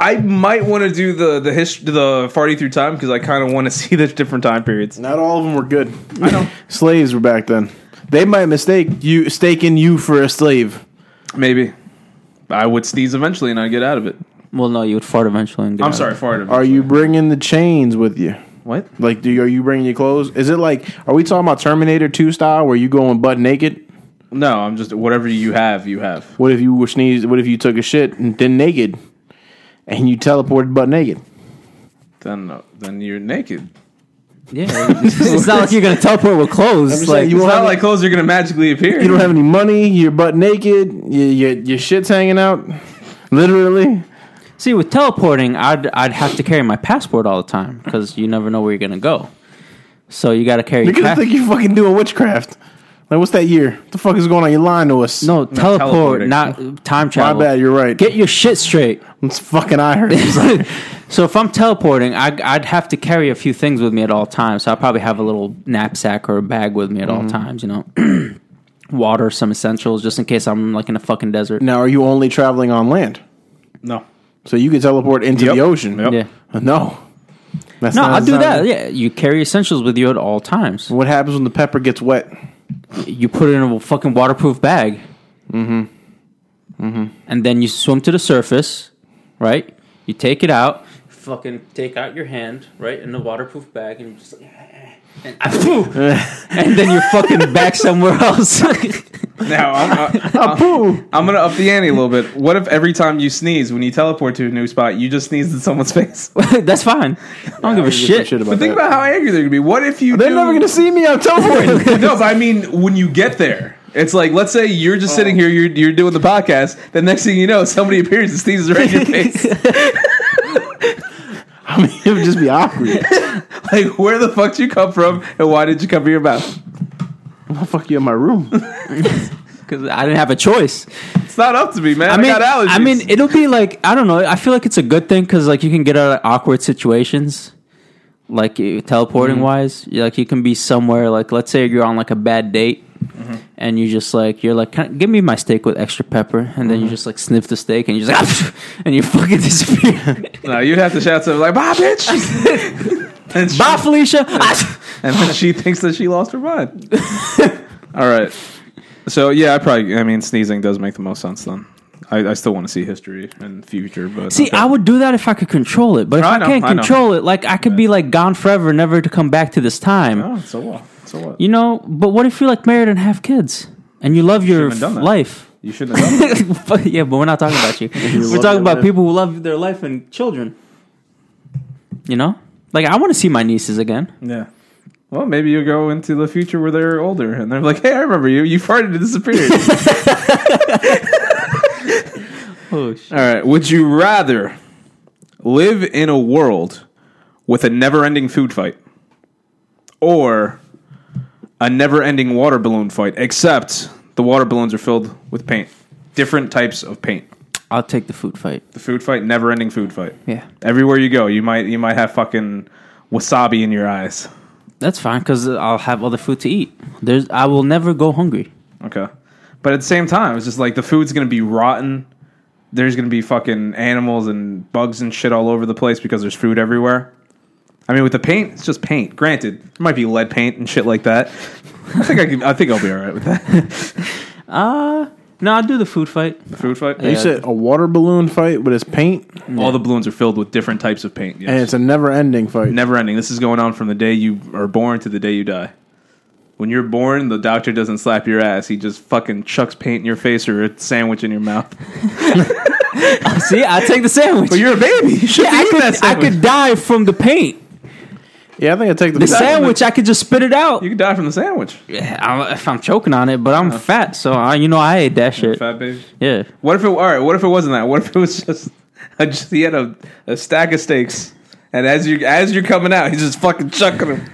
I might want to do the the history, the farty through time because I kind of want to (laughs) see the different time periods. Not all of them were good. I know. (laughs) Slaves were back then. They might mistake you, staking you for a slave. Maybe I would sneeze eventually and I get out of it. Well, no, you would fart eventually. And get I'm out of sorry, it. farted. Are you bringing the chains with you? what? Like, do you, are you bringing your clothes? Is it like, are we talking about Terminator 2 style where you going butt naked? No, I'm just whatever you have, you have. What if you were sneezed? What if you took a shit and then naked and you teleported butt naked? Then uh, then you're naked. Yeah, it's not like you're gonna teleport with clothes. just Like saying, you you It's won't- not like clothes are gonna magically appear. You don't have any money, you're butt naked, your, your, your shit's hanging out, literally. see, with teleporting, I'd I'd have to carry my passport all the time because you never know where you're gonna go. So you got to carry. You're your gonna pa- think you're fucking doing witchcraft. Like, what's that year? What the fuck is going on? You're lying to us. no, teleport, teleporting. not time my travel. bad. You're right. Get your shit straight. it's fucking I (laughs) heard. so if I'm teleporting, I, I'd have to carry a few things with me at all times. So I probably have a little knapsack or a bag with me at all times. You know, (clears throat) water, some essentials, just in case I'm like in a fucking desert. now, are you only traveling on land? no. So you can teleport into Yep. the ocean? Uh, Yep. Yeah. No. That's No, not- I'll do that's not- that. Yeah, you carry essentials with you at all times. What happens when the pepper gets wet? You put it in a fucking waterproof bag. Mm-hmm. Mm-hmm. And then you swim to the surface, right? You take it out. Fucking take out your hand, right, in the waterproof bag, and you just like, (laughs) and, (laughs) and then you're fucking back somewhere else. (laughs) Now I'm, I, Ah, boo! I'm gonna up the ante a little bit. What if every time you sneeze when you teleport to a new spot, you just sneeze in someone's (laughs) face? That's fine. I don't give a Give some shit. about But think that. about how angry they're gonna be. What if you? They're do- never gonna see me. I'm (laughs) teleporting. (laughs) no, but I mean, when you get there, it's like let's say you're just sitting here, you're you're doing the podcast. The next thing you know, somebody appears and sneezes right in your face. (laughs) I mean, it would just be awkward. (laughs) like, where the fuck did you come from, and why did you cover your mouth? I'll fuck you in my room. Because I didn't have a choice. It's not up to me, man. I, I mean, got allergies. I mean, it'll be like I don't know. I feel like it's a good thing because like you can get out of awkward situations, like eh, teleporting Mm-hmm. wise. You- Like you can be somewhere. Like let's say you're on like a bad date, Mm-hmm. and you just like you're like, Can, give me my steak with extra pepper, and then Mm-hmm. you just like sniff the steak, and you just like, (laughs) and you fucking disappear. (laughs) no, you'd have to shout something like "Bye, bitch," (laughs) and she, Bye, Felicia. and then she thinks that she lost (laughs) her mind. All right. So yeah, I probably. I mean, sneezing does make the most sense. Then I, I still want to see history and future, but See, I would do that if I could control it, but if I I, know, can't I know. control it, like I could be like gone forever, never to come back to this time. Oh, so what? So what? You know, but what if you're like married and have kids and you love your Shouldn't have done that. life? (laughs) You shouldn't have done that. But- yeah, but we're not talking about you. we're love talking your about life. people who love their life and children. You know? Like I want to see my nieces again. Yeah. Well, maybe you go into the future where they're older and they're like, "Hey, I remember you. You farted and disappeared." (laughs) Oh shit. All right. Would you rather live in a world with a never-ending food fight or a never-ending water balloon fight, except the water balloons are filled with paint, different types of paint. I'll take the food fight. The food fight, never-ending food fight. Yeah. Everywhere you go, you might you might have fucking wasabi in your eyes. That's fine cuz I'll have other food to eat. There's I will never go hungry. Okay. But at the same time, it's just like the food's gonna be rotten. There's gonna be fucking animals and bugs and shit all over the place because there's food everywhere. I mean, with the paint, it's just paint. Granted, there might be lead paint and shit like that. I think I can, I think I'll be all right with that. No, I'll do the food fight. The (laughs) food fight. You said a water balloon fight, but it's paint, All the balloons are filled with different types of paint. Yes. and it's a never-ending fight. never ending. This is going on from the day you are born to the day you die. When you're born, the doctor doesn't slap your ass. He just fucking chucks paint in your face or a sandwich in your mouth. (laughs) see, I take the sandwich. But you're a baby. You should Yeah, I eat that could I sandwich. could die from the paint. yeah, I think I take the, The sandwich, I could just spit it out. You could die from the sandwich. Yeah, I'm, if I'm choking on it, but I'm fat, so I, you know I ate that shit. Fat baby. Yeah, What if it? All right. What if it wasn't that? What if it was just? (laughs) I just he had a, a stack of steaks, and as you as you're coming out, he's just fucking chucking them. (laughs)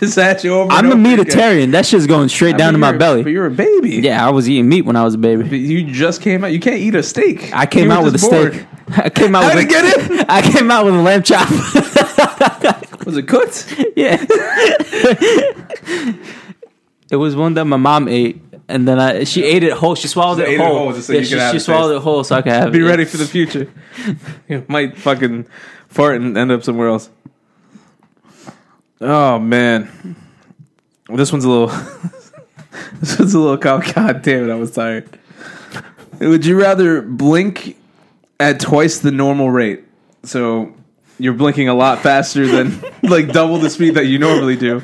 Just at you over. I'm and a over again. meatitarian. That shit's going straight But down to my uh, you're- But belly. you're a baby. Yeah, I was eating meat when I was a baby. But You just came out. You can't eat a steak. I came You were out with just a steak. (laughs) I came out. How'd with it get in? (laughs) I came out with a lamb chop. (laughs) Was it cooked? yeah. it was one that my mom ate, and then I she ate it whole. She swallowed She it, ate it whole. whole just so yeah, you could she, have she the swallowed taste. it whole, so I could have. Be it. ready for the (laughs) future. You might fucking fart and end up somewhere else. Oh man, this one's a little. (laughs) this one's a little. cow- God damn it! I was tired. Would you rather blink at twice the normal rate? So you're blinking a lot faster (laughs) than like double the speed that you normally do,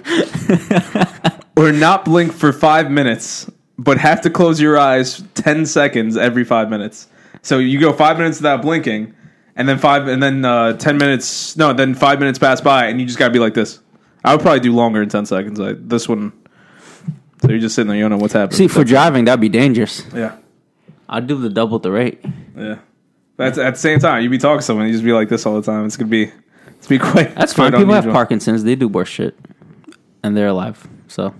or not blink for five minutes, but have to close your eyes ten seconds every five minutes. So you go five minutes without blinking, and then five, and then uh, ten minutes. No, then five minutes pass by, and you just gotta be like this. I would probably do longer than ten seconds. I, this one. So you're just sitting there. You don't know what's happening. See, for driving, that'd be dangerous. yeah, I'd do the double the rate. yeah. That's at the same time. You'd be talking to someone. You just be like this all the time. It's gonna be. It's gonna be (laughs) quite. That's quite fine. People have unusual. Parkinson's. They do worse shit, and they're alive. So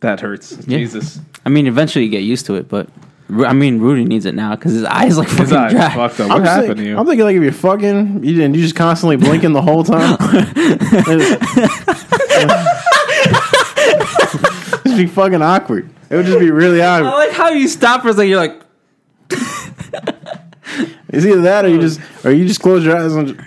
That hurts. Yeah. (laughs) Jesus. I mean, eventually you get used to it, but Ru- I mean, Rudy needs it now because his eyes like fucking His eyes dry. fucked up. I'm What just happened think- to you? I'm thinking like if you're fucking, you didn't, you just constantly blinking the whole time. (laughs) It'd just be fucking awkward. It would just be really I awkward. like (laughs) how you stop for a second. You're like, It's either that or you just, or you just close your eyes and. Just,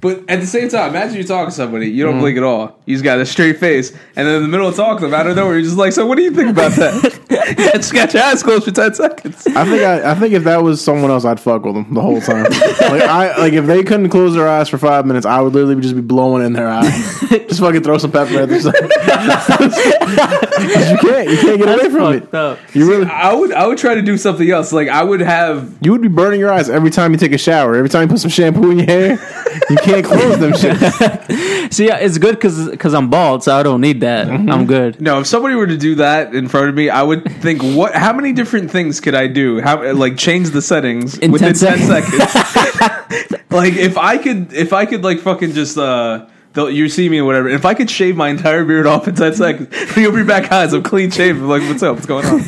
But at the same time, imagine you're talking to somebody, you don't blink at all. You just got a straight face, and then in the middle of talking to them, out of nowhere, you're just like, "So, what do you think about (laughs) that?" you just got your eyes closed for ten seconds. I think I, I think if that was someone else, I'd fuck with them the whole time. like I like if they couldn't close their eyes for five minutes, I would literally just be blowing in their eye. (laughs) just fucking throw some pepper at them. (laughs) 'Cause you can't, you can't get away from it. fucked up. You really, I would, I would try to do something else. Like I would have, you would be burning your eyes every time you take a shower. Every time you put some shampoo in your hair, you can't close them shit. See, yeah, it's good because I'm bald, so I don't need that. Mm-hmm. I'm good. no. If somebody were to do that in front of me, I would think, (laughs) "What? How many different things could I do? How like change the settings In within 10 ten seconds? (laughs) like if I could, if I could, like fucking just." uh they'll- you see me or whatever. If I could shave my entire beard off in ten seconds, (laughs) you'll be back eyes. I'm clean shaved. I'm like, what's up? What's going on?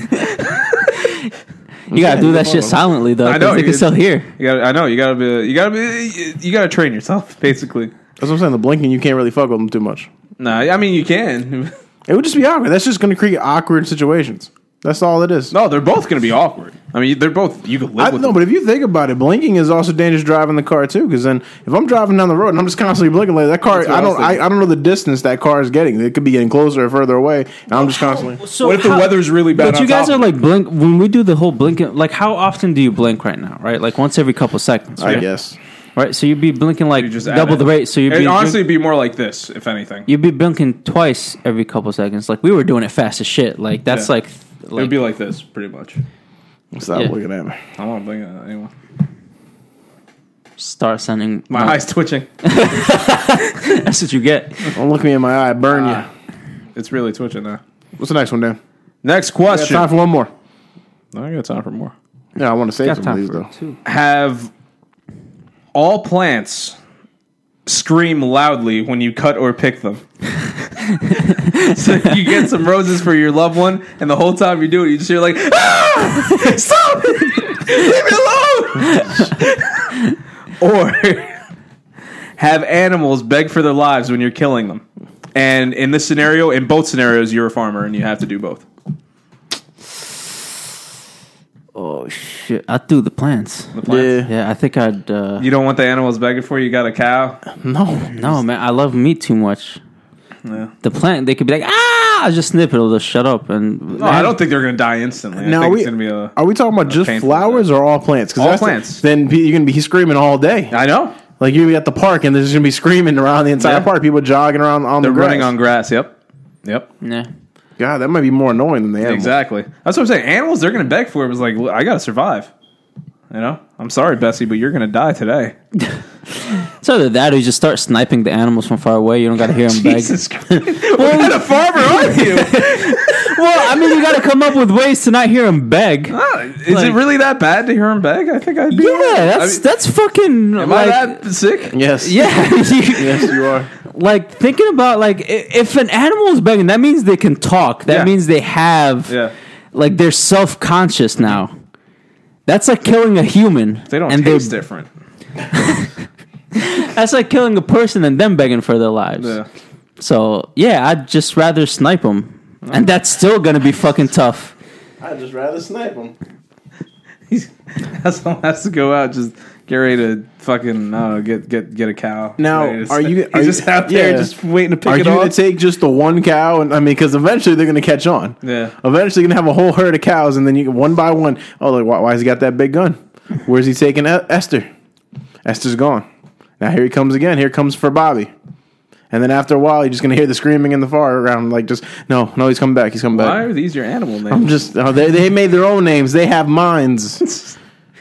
You gotta do that shit silently though. I I know, They you- can still hear. You gotta, I know you gotta be, you gotta be, you gotta train yourself basically. That's what I'm saying. The blinking, you can't really fuck with them too much. Nah, I mean you can. (laughs) It would just be awkward. That's just going to create awkward situations. That's all it is. No, they're both gonna be awkward. I mean, they're both. You can live I, with no, them. but if you think about it, blinking is also dangerous driving the car too. Because then, if I'm driving down the road and I'm just constantly blinking, like that car, That's what I I was don't, I, thinking. I don't know the distance that car is getting. It could be getting closer or further away, and Oh, I'm just constantly. So what if the weather's really bad? But on you guys top are of like blink when we do the whole blinking. Like, how often do you blink right now? Right, like once every couple seconds. I Right, guess. right. So you'd be blinking like it? You just add double it. the rate. So you'd It'd be honestly be more like this, if anything. you'd be blinking twice every couple seconds. Like we were doing it fast as shit. Like that's Yeah. like it like, would be like this, pretty much. Stop Yeah. looking at me. I'm not blinking at anyone. start sending. My no, eyes twitching. That's what you get. Don't look me in my eye. I burn you. It's really twitching now. What's the next one, Dan? Next I got question. time for one more. No, I got time for more. Yeah, I want to save Got some of time these for though. it, too. have all plants scream loudly when you cut or pick them. (laughs) so you get some roses for your loved one, and the whole time you do it, you just hear like, ah! "Stop! it! Leave me alone!" or have animals beg for their lives when you're killing them. And in this scenario, in both scenarios, you're a farmer and you have to do both. Oh shit! I do the plants. The plants. Yeah, I think I'd. Uh, You don't want the animals begging for you. You got a cow. No, No, man, I love meat too much. Yeah. The plant, they could be like, ah, I'll just snip it, it'll just shut up. And No, I don't think they're going to die instantly. Now I are think we it's going to be a. are we talking about just painful flowers or all plants? 'Cause All that's the- plants. then pe- you're gonna be screaming all day. I know Like you're gonna be at the park and there's gonna be screaming around the entire Yeah. park. People jogging around on they're the grass. running on grass. Yep, yep, Yeah. God, that might be more annoying than the animal. exactly. That's what I'm saying. Animals, they're going to beg for it. it. Was like, "Look, I got to survive. You know, I'm sorry, Bessie, but you're going to (laughs) die today. It's either that or you just start sniping the animals from far away. You don't got to hear them beg. (laughs) Jesus Christ, what kind of farmer are you? (laughs) Well, I mean, you got to come up with ways to not hear them beg. Yeah, Ah, Is it Like- really that bad to hear him beg? I think I'd be. alright. I that's mean, that's fucking am like I that sick? (laughs) Yes. yeah. (laughs) you- Yes, you are. like thinking about like i- if an animal is begging, that means they can talk. That Yeah. means they have Yeah. like they're self conscious now. That's like killing a human. They don't and taste they're- different. That's like killing a person and them begging for their lives. Yeah. (laughs) So yeah, I'd just rather snipe them, and that's still gonna be fucking tough. I'd just rather snipe him. That's all has to go out. Just get ready to fucking uh, get get get a cow. Now, Ready to are sta- (laughs) you- He's are you- just out there, yeah. just waiting to pick Are you it going off? to take just the one cow? And I mean, because eventually they're going to catch on. Yeah. Eventually, you're going to have a whole herd of cows, and then you one by one. Oh, like, why, why's he got that big gun? Where's he taking E- Esther? Esther's gone. Now here he comes again. Here comes for Bobby. And then after a while, you're just going to hear the screaming in the far around. Like, just no, no, he's coming back. He's coming Why back. are these your animal I'm names? just oh, they they made their own names. They have minds.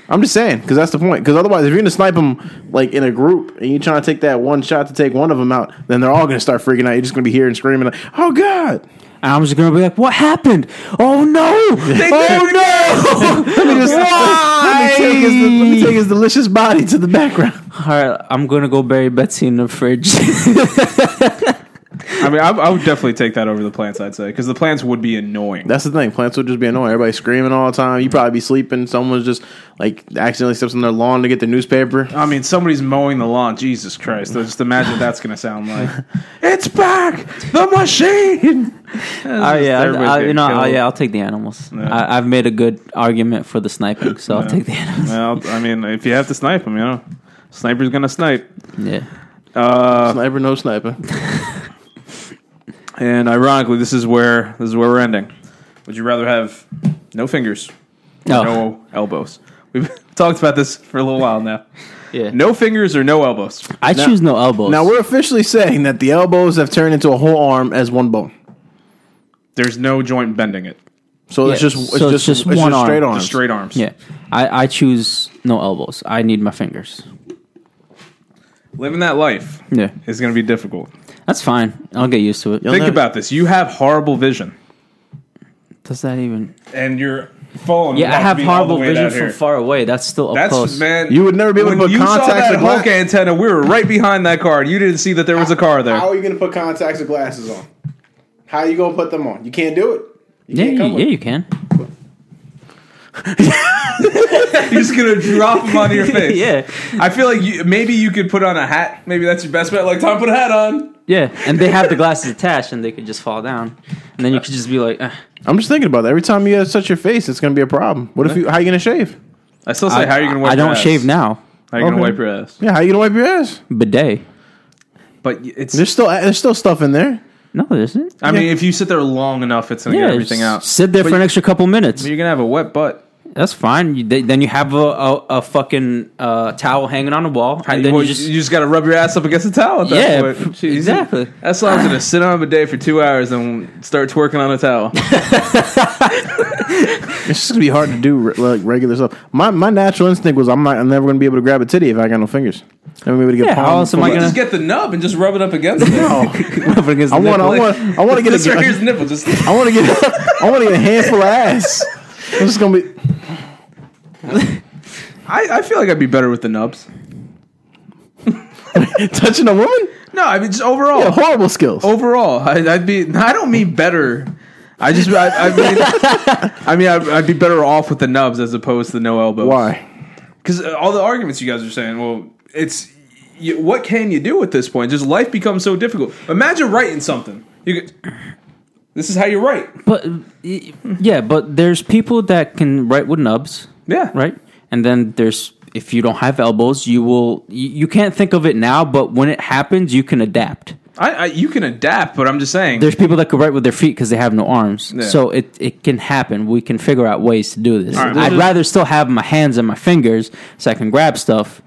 I'm just saying because that's the point. Because otherwise, if you're gonna snipe them like in a group and you're trying to take that one shot to take one of them out, then they're all gonna start freaking out. You're just gonna be hearing screaming, like, "Oh God!" And I'm just gonna be like, "What happened? Oh no! oh (laughs) no! Let me, just, let, me take his, let me take his delicious body to the background. All (laughs) right, I'm gonna go bury Betsy in the fridge. (laughs) I mean, I, I would definitely take that over the plants. I'd say because the plants would be annoying. That's the thing. Plants would just be annoying. Everybody screaming all the time. You probably be sleeping. Someone's just like accidentally steps on their lawn to get the newspaper. (laughs) I mean, somebody's mowing the lawn. Jesus Christ! Just imagine what that's gonna sound (laughs) like. it's back the machine. Oh yeah, I, I, you know, oh, yeah, I'll take the animals. I, I've made a good argument for the sniping, so I'll take the animals. Well, I mean, if you have to snipe them, you know, sniper's gonna snipe. Yeah, Uh, Sniper, no sniper. and ironically, this is where this is where we're ending. Would you rather have no fingers, no, no elbows? We've (laughs) talked about this for a little while now. yeah, No fingers or no elbows. I choose no elbows. Now we're officially saying that the elbows have turned into a whole arm as one bone. There's no joint bending it. So it's Yeah, just it's so just, it's just one arm. straight arms. Just straight arms. yeah, I, I choose no elbows. I need my fingers. Living that life Yeah, is going to be difficult. that's fine. I'll get used to it. Think never- about this. You have horrible vision, Does that even? and your phone. Yeah, I have horrible vision from from far away. That's still up That's close. man. You would never be able to when put you saw contacts that in glass- Hulk antenna. We were right behind that car. and You didn't see that there was a car there. How are you going to put contacts or glasses on? How are you going to put them on? You can't do it. yeah, can't come you, with yeah, it. you can. (laughs) You're just gonna drop (laughs) them (laughs) on (laughs) your face. yeah, I feel like you, maybe you could put on a hat. Maybe that's your best bet. Like Tom, put a hat on. yeah, and they have the glasses attached, and they could just fall down, and then you could just be like, eh. I'm just thinking about that. Every time you touch your face, it's going to be a problem. What if you? How you going to shave? I still say, I, how are you gonna? Wipe I your don't ass? shave now. How are you gonna Okay. wipe your ass? Yeah, how you going to wipe your ass? Bidet. But y- it's. There's still there's still stuff in there. No, there isn't. I mean, if you sit there long enough, it's gonna get everything just out. Sit there But for an extra couple minutes. You're gonna have a wet butt. That's fine. You, then you have a, a, a fucking uh, towel hanging on the wall, and then well, you just got to rub your ass up against the towel at that Yeah, point. p- Jeez. exactly. That's why I was going to sit on a bidet for two hours and start twerking on a (laughs) towel. It's just going to be hard to do re- like regular stuff. My my natural instinct was I'm not I'm never going to be able to grab a titty if I got no fingers. I'm never gonna be able to get Yeah, how palm else am from I a- gonna- (laughs) (laughs) just get the nub and just rub it up (laughs) against it. rub it against I the want I nipple. want I want to (laughs) get This a, right here's nipple. Just I want to get I want to get a handful of ass. I'm just going to be I, I feel like I'd be better with the nubs. touching a woman. No, I mean just overall. Yeah, horrible skills. overall, I, I'd be. I don't mean better. I just. I, I mean. (laughs) I mean, I'd, I'd be better off with the nubs as opposed to the no elbows. Why? because uh, all the arguments you guys are saying, well, it's you, what can you do at this point? Just life becomes so difficult. Imagine writing something. You could, (clears throat) this is how you write. But y- yeah, but there's people that can write with nubs, Yeah, right? And then there's if you don't have elbows, you will you, you can't think of it now, but when it happens, you can adapt. I, I you can adapt, but I'm just saying. There's people that can write with their feet because they have no arms, Yeah. so it it can happen. We can figure out ways to do this. right, I'd well- rather still have my hands and my fingers so I can grab stuff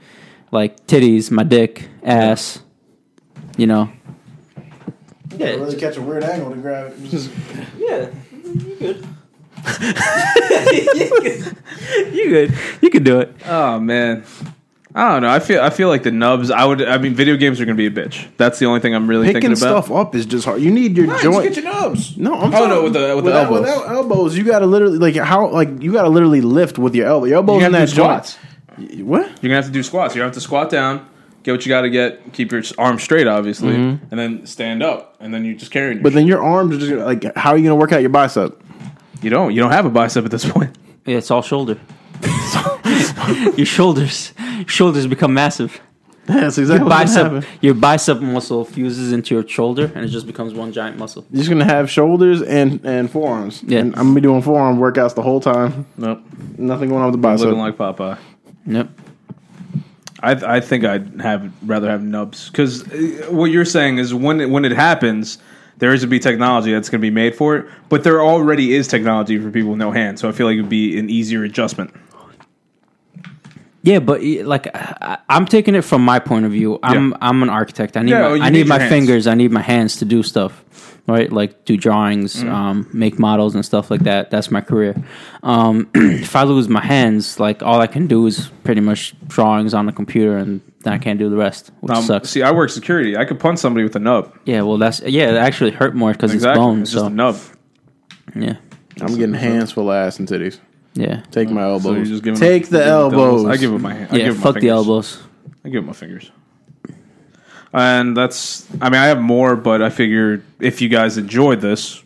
like titties, my dick, ass, you know. Yeah, catch a weird angle to grab it. (laughs) yeah, you good. (laughs) you good. You can do it. oh man, I don't know. I feel I feel like the nubs. I would. I mean, video games are gonna be a bitch. That's the only thing I'm really Picking thinking about. stuff up is just hard. You need your Nah, just joint. get your nubs. no, I'm Oh, no, with the- with the elbows. Without elbows, you gotta literally like how like you gotta literally lift with your elbow. Your elbows You in gotta that do joint. squats. What? You're gonna have to do squats. You're gonna have to squat down. Get what you got to get. Keep your arms straight, obviously, Mm-hmm. and then stand up, and then you just carry. Your (laughs) But then your arms are just gonna- like how are you gonna work out your bicep? You don't. You don't have a bicep at this point. Yeah, it's all shoulder. (laughs) your shoulders, shoulders become massive. That's exactly Your what happened. bicep, your bicep muscle fuses into your shoulder, and it just becomes one giant muscle. You're just gonna have shoulders and and forearms. Yeah. and I'm gonna be doing forearm workouts the whole time. Nope. Nothing going on with the bicep. Looking like Popeye. Yep. I I think I'd have rather have nubs because what you're saying is when it, when it happens, there is to be technology that's going to be made for it, but there already is technology for people with no hands, so I feel like it'd be an easier adjustment. Yeah, but eh, like I, I'm taking it from my point of view. I'm Yeah. I'm an architect. I need Yeah, my, well, you I need need, your my hands. fingers. I need my hands to do stuff, right? Like do drawings, Mm-hmm. um, make models and stuff like that. That's my career. Um, (clears throat) if I lose my hands, like all I can do is pretty much drawings on the computer, and then I can't do the rest, which Um, sucks. See, I work security. I could punch somebody with a nub. Yeah, well, that's yeah. It actually hurt more because Exactly. it's bone. it's so just a nub. yeah, I'm getting hands full of ass and titties. yeah, Take my elbows. Oh, So you're just giving Take the giving elbows. I give it my hand. I yeah. give it my Fuck the fingers. elbows. I give it my fingers. And that's. I mean, I have more, but I figure if you guys enjoyed this,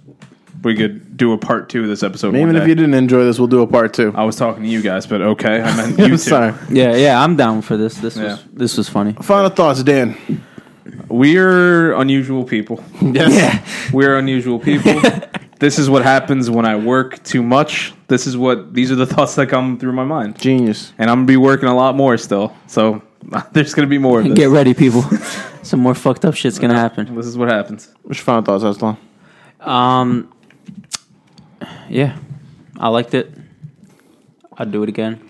we could do a part two of this episode. Even one if day. you didn't enjoy this, we'll do a part two. I was talking to you guys, but okay, (laughs) I meant you two. I'm sorry. Yeah, yeah. I'm down for this. This Yeah. was this was funny. Final thoughts, (laughs) Dan. We're unusual people. Yeah. We're (laughs) unusual people. this is what happens when I work too much. This is what these are the thoughts that come through my mind, Genius. and I'm gonna be working a lot more still. So (laughs) there's gonna be more of this. Get ready, people. (laughs) Some more fucked up shit's gonna happen. This is what happens. What's your final thoughts, Aslan? Um, yeah, I liked it. I'd do it again.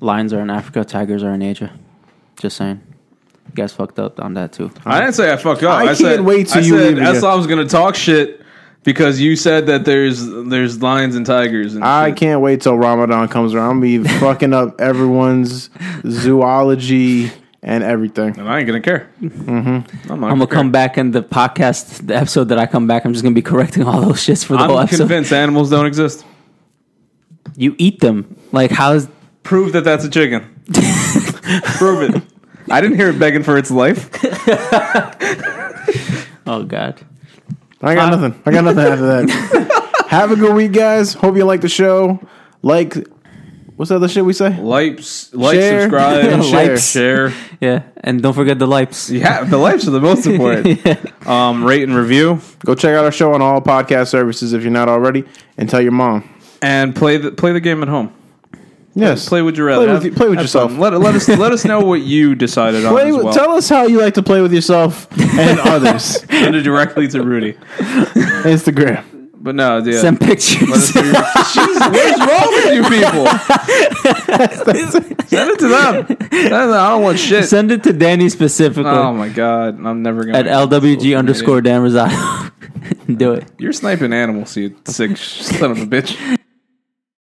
Lions are in Africa. Tigers are in Asia. Just saying. You guys fucked up on that too. I didn't say I fucked up. I I, can't said, wait till I you said leave again. Eslam's gonna talk shit because you said that there's there's lions and tigers. And I shit. can't wait till Ramadan comes around. I'm (laughs) gonna be fucking up everyone's zoology and everything. And I ain't gonna care. Mm-hmm. I'm, not I'm gonna care. come back in the podcast, the episode that I come back. I'm just gonna be correcting all those shits for the whole I'm episode. convinced animals don't exist. You eat them. Like how's Prove that that's a (laughs) chicken. Prove it. I didn't hear it begging for its life. oh god. I got nothing. I got nothing after that. (laughs) Have a good week, guys. Hope you like the show. Like, what's that other shit we say? Like, like, Share. (laughs) subscribe, Like. share, share. Yeah, and don't forget the lipes. Yeah, the likes are the (laughs) most important. Um, rate and review, Go check out our show on all podcast services if you're not already, and tell your mom. and play the play the game at home. Yes, Play with your rather. Play with, Have- you- play with have yourself. fun. Let let us let us know what you decided on Play as with, well. Tell us how you like to play with yourself (laughs) and others. Send it directly to Rudy. Instagram. But no, (laughs) yeah. Send (laughs) Let pictures. us know your- Jeez, what's wrong with you people? Send it (laughs) to them. Send it- I don't want (laughs) shit. Send it to Danny specifically Oh my god, I'm never gonna at LWG underscore Dan Rosado. (laughs) Do it. You're sniping animals, you sick son of a bitch.